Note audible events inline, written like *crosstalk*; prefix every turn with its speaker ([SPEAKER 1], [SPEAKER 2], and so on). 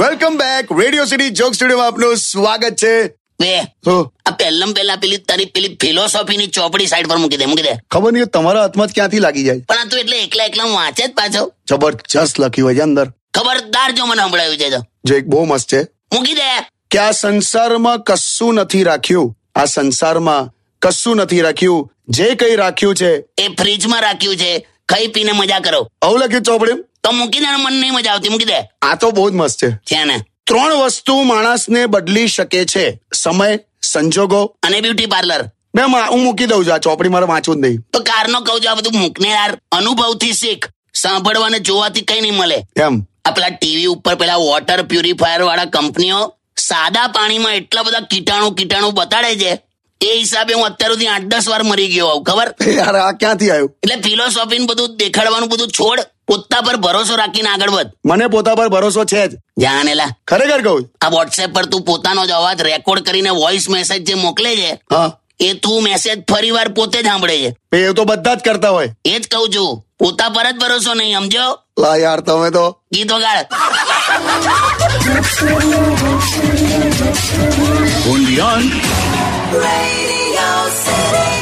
[SPEAKER 1] Welcome back radio city joke studio આપનું સ્વાગત છે
[SPEAKER 2] બે
[SPEAKER 1] તો
[SPEAKER 2] આ પહેલમ પહેલા પેલી તારી પેલી ફિલોસોફીની ચોપડી સાઈડ પર મૂકી દે મૂકી દે
[SPEAKER 1] ખબર નહીં તમારા હાથમાં જ ક્યાંથી લાગી જાય
[SPEAKER 2] પણ આ તું એટલે એકલા એકલા હું વાંચે જ પાછો
[SPEAKER 1] જબરજસ્ત લખ્યું હોય છે અંદર
[SPEAKER 2] ખબરદાર જો મને સંભળાયું છે તો
[SPEAKER 1] જે એક બહુ મસ્ત છે
[SPEAKER 2] મૂકી દે
[SPEAKER 1] કે આ સંસારમાં કશું નથી રાખ્યું આ સંસારમાં કશું નથી રાખ્યું જે કંઈ રાખ્યું છે
[SPEAKER 2] એ ફ્રીજમાં રાખ્યું છે ખાઈ પીને મજા કરો
[SPEAKER 1] આવું લખ્યું ચોપડે
[SPEAKER 2] તો મૂકી દે ને મને નહીં મજા આવતી મૂકી દે
[SPEAKER 1] આ તો બહુ જ મસ્ત છે
[SPEAKER 2] છે ને
[SPEAKER 1] ત્રણ વસ્તુ માણસને બદલી શકે છે સમય સંજોગો
[SPEAKER 2] અને બ્યુટી પાર્લર
[SPEAKER 1] બે મા- હું મૂકી દઉં છું આ ચોપડી મારે વાંચવું જ નહીં
[SPEAKER 2] તો કારનો કહું છું આ બધું મૂકને યાર અનુભવથી શીખ સાંભળવાને જોવાથી કઈ નહીં મળે
[SPEAKER 1] એમ *laughs*
[SPEAKER 2] આ પેલા ટીવી ઉપર પેલા વોટર પ્યુરિફાયર વાળા કંપનીઓ સાદા પાણીમાં એટલા બધા કીટાણુ કીટાણુ બતાડે છે એ હિસાબે હું અત્યાર સુધી આઠ દસ વાર મરી ગયો હોઉં ખબર
[SPEAKER 1] યાર આ ક્યાંથી આવ્યું
[SPEAKER 2] એટલે ફિલોસોફી બધું દેખાડવાનું બધું છોડ પોતા પર ભરોસો રાખીને આગળ વધ
[SPEAKER 1] મને પોતા પર ભરોસો છે જ
[SPEAKER 2] જાણેલા
[SPEAKER 1] ખરેખર કહું છું.
[SPEAKER 2] આ વોટ્સએપ પર તું પોતાનો જ અવાજ રેકોર્ડ કરીને વોઇસ મેસેજ જે મોકલે છે
[SPEAKER 1] હા
[SPEAKER 2] એ તું મેસેજ ફરી વાર પોતે જ સાંભળે છે
[SPEAKER 1] એ તો બધા જ કરતા હોય
[SPEAKER 2] એ જ કહું છું પોતા પર જ ભરોસો નહીં સમજો
[SPEAKER 1] લા યાર તમે તો
[SPEAKER 2] ગીતો ગાળ
[SPEAKER 3] Radio City.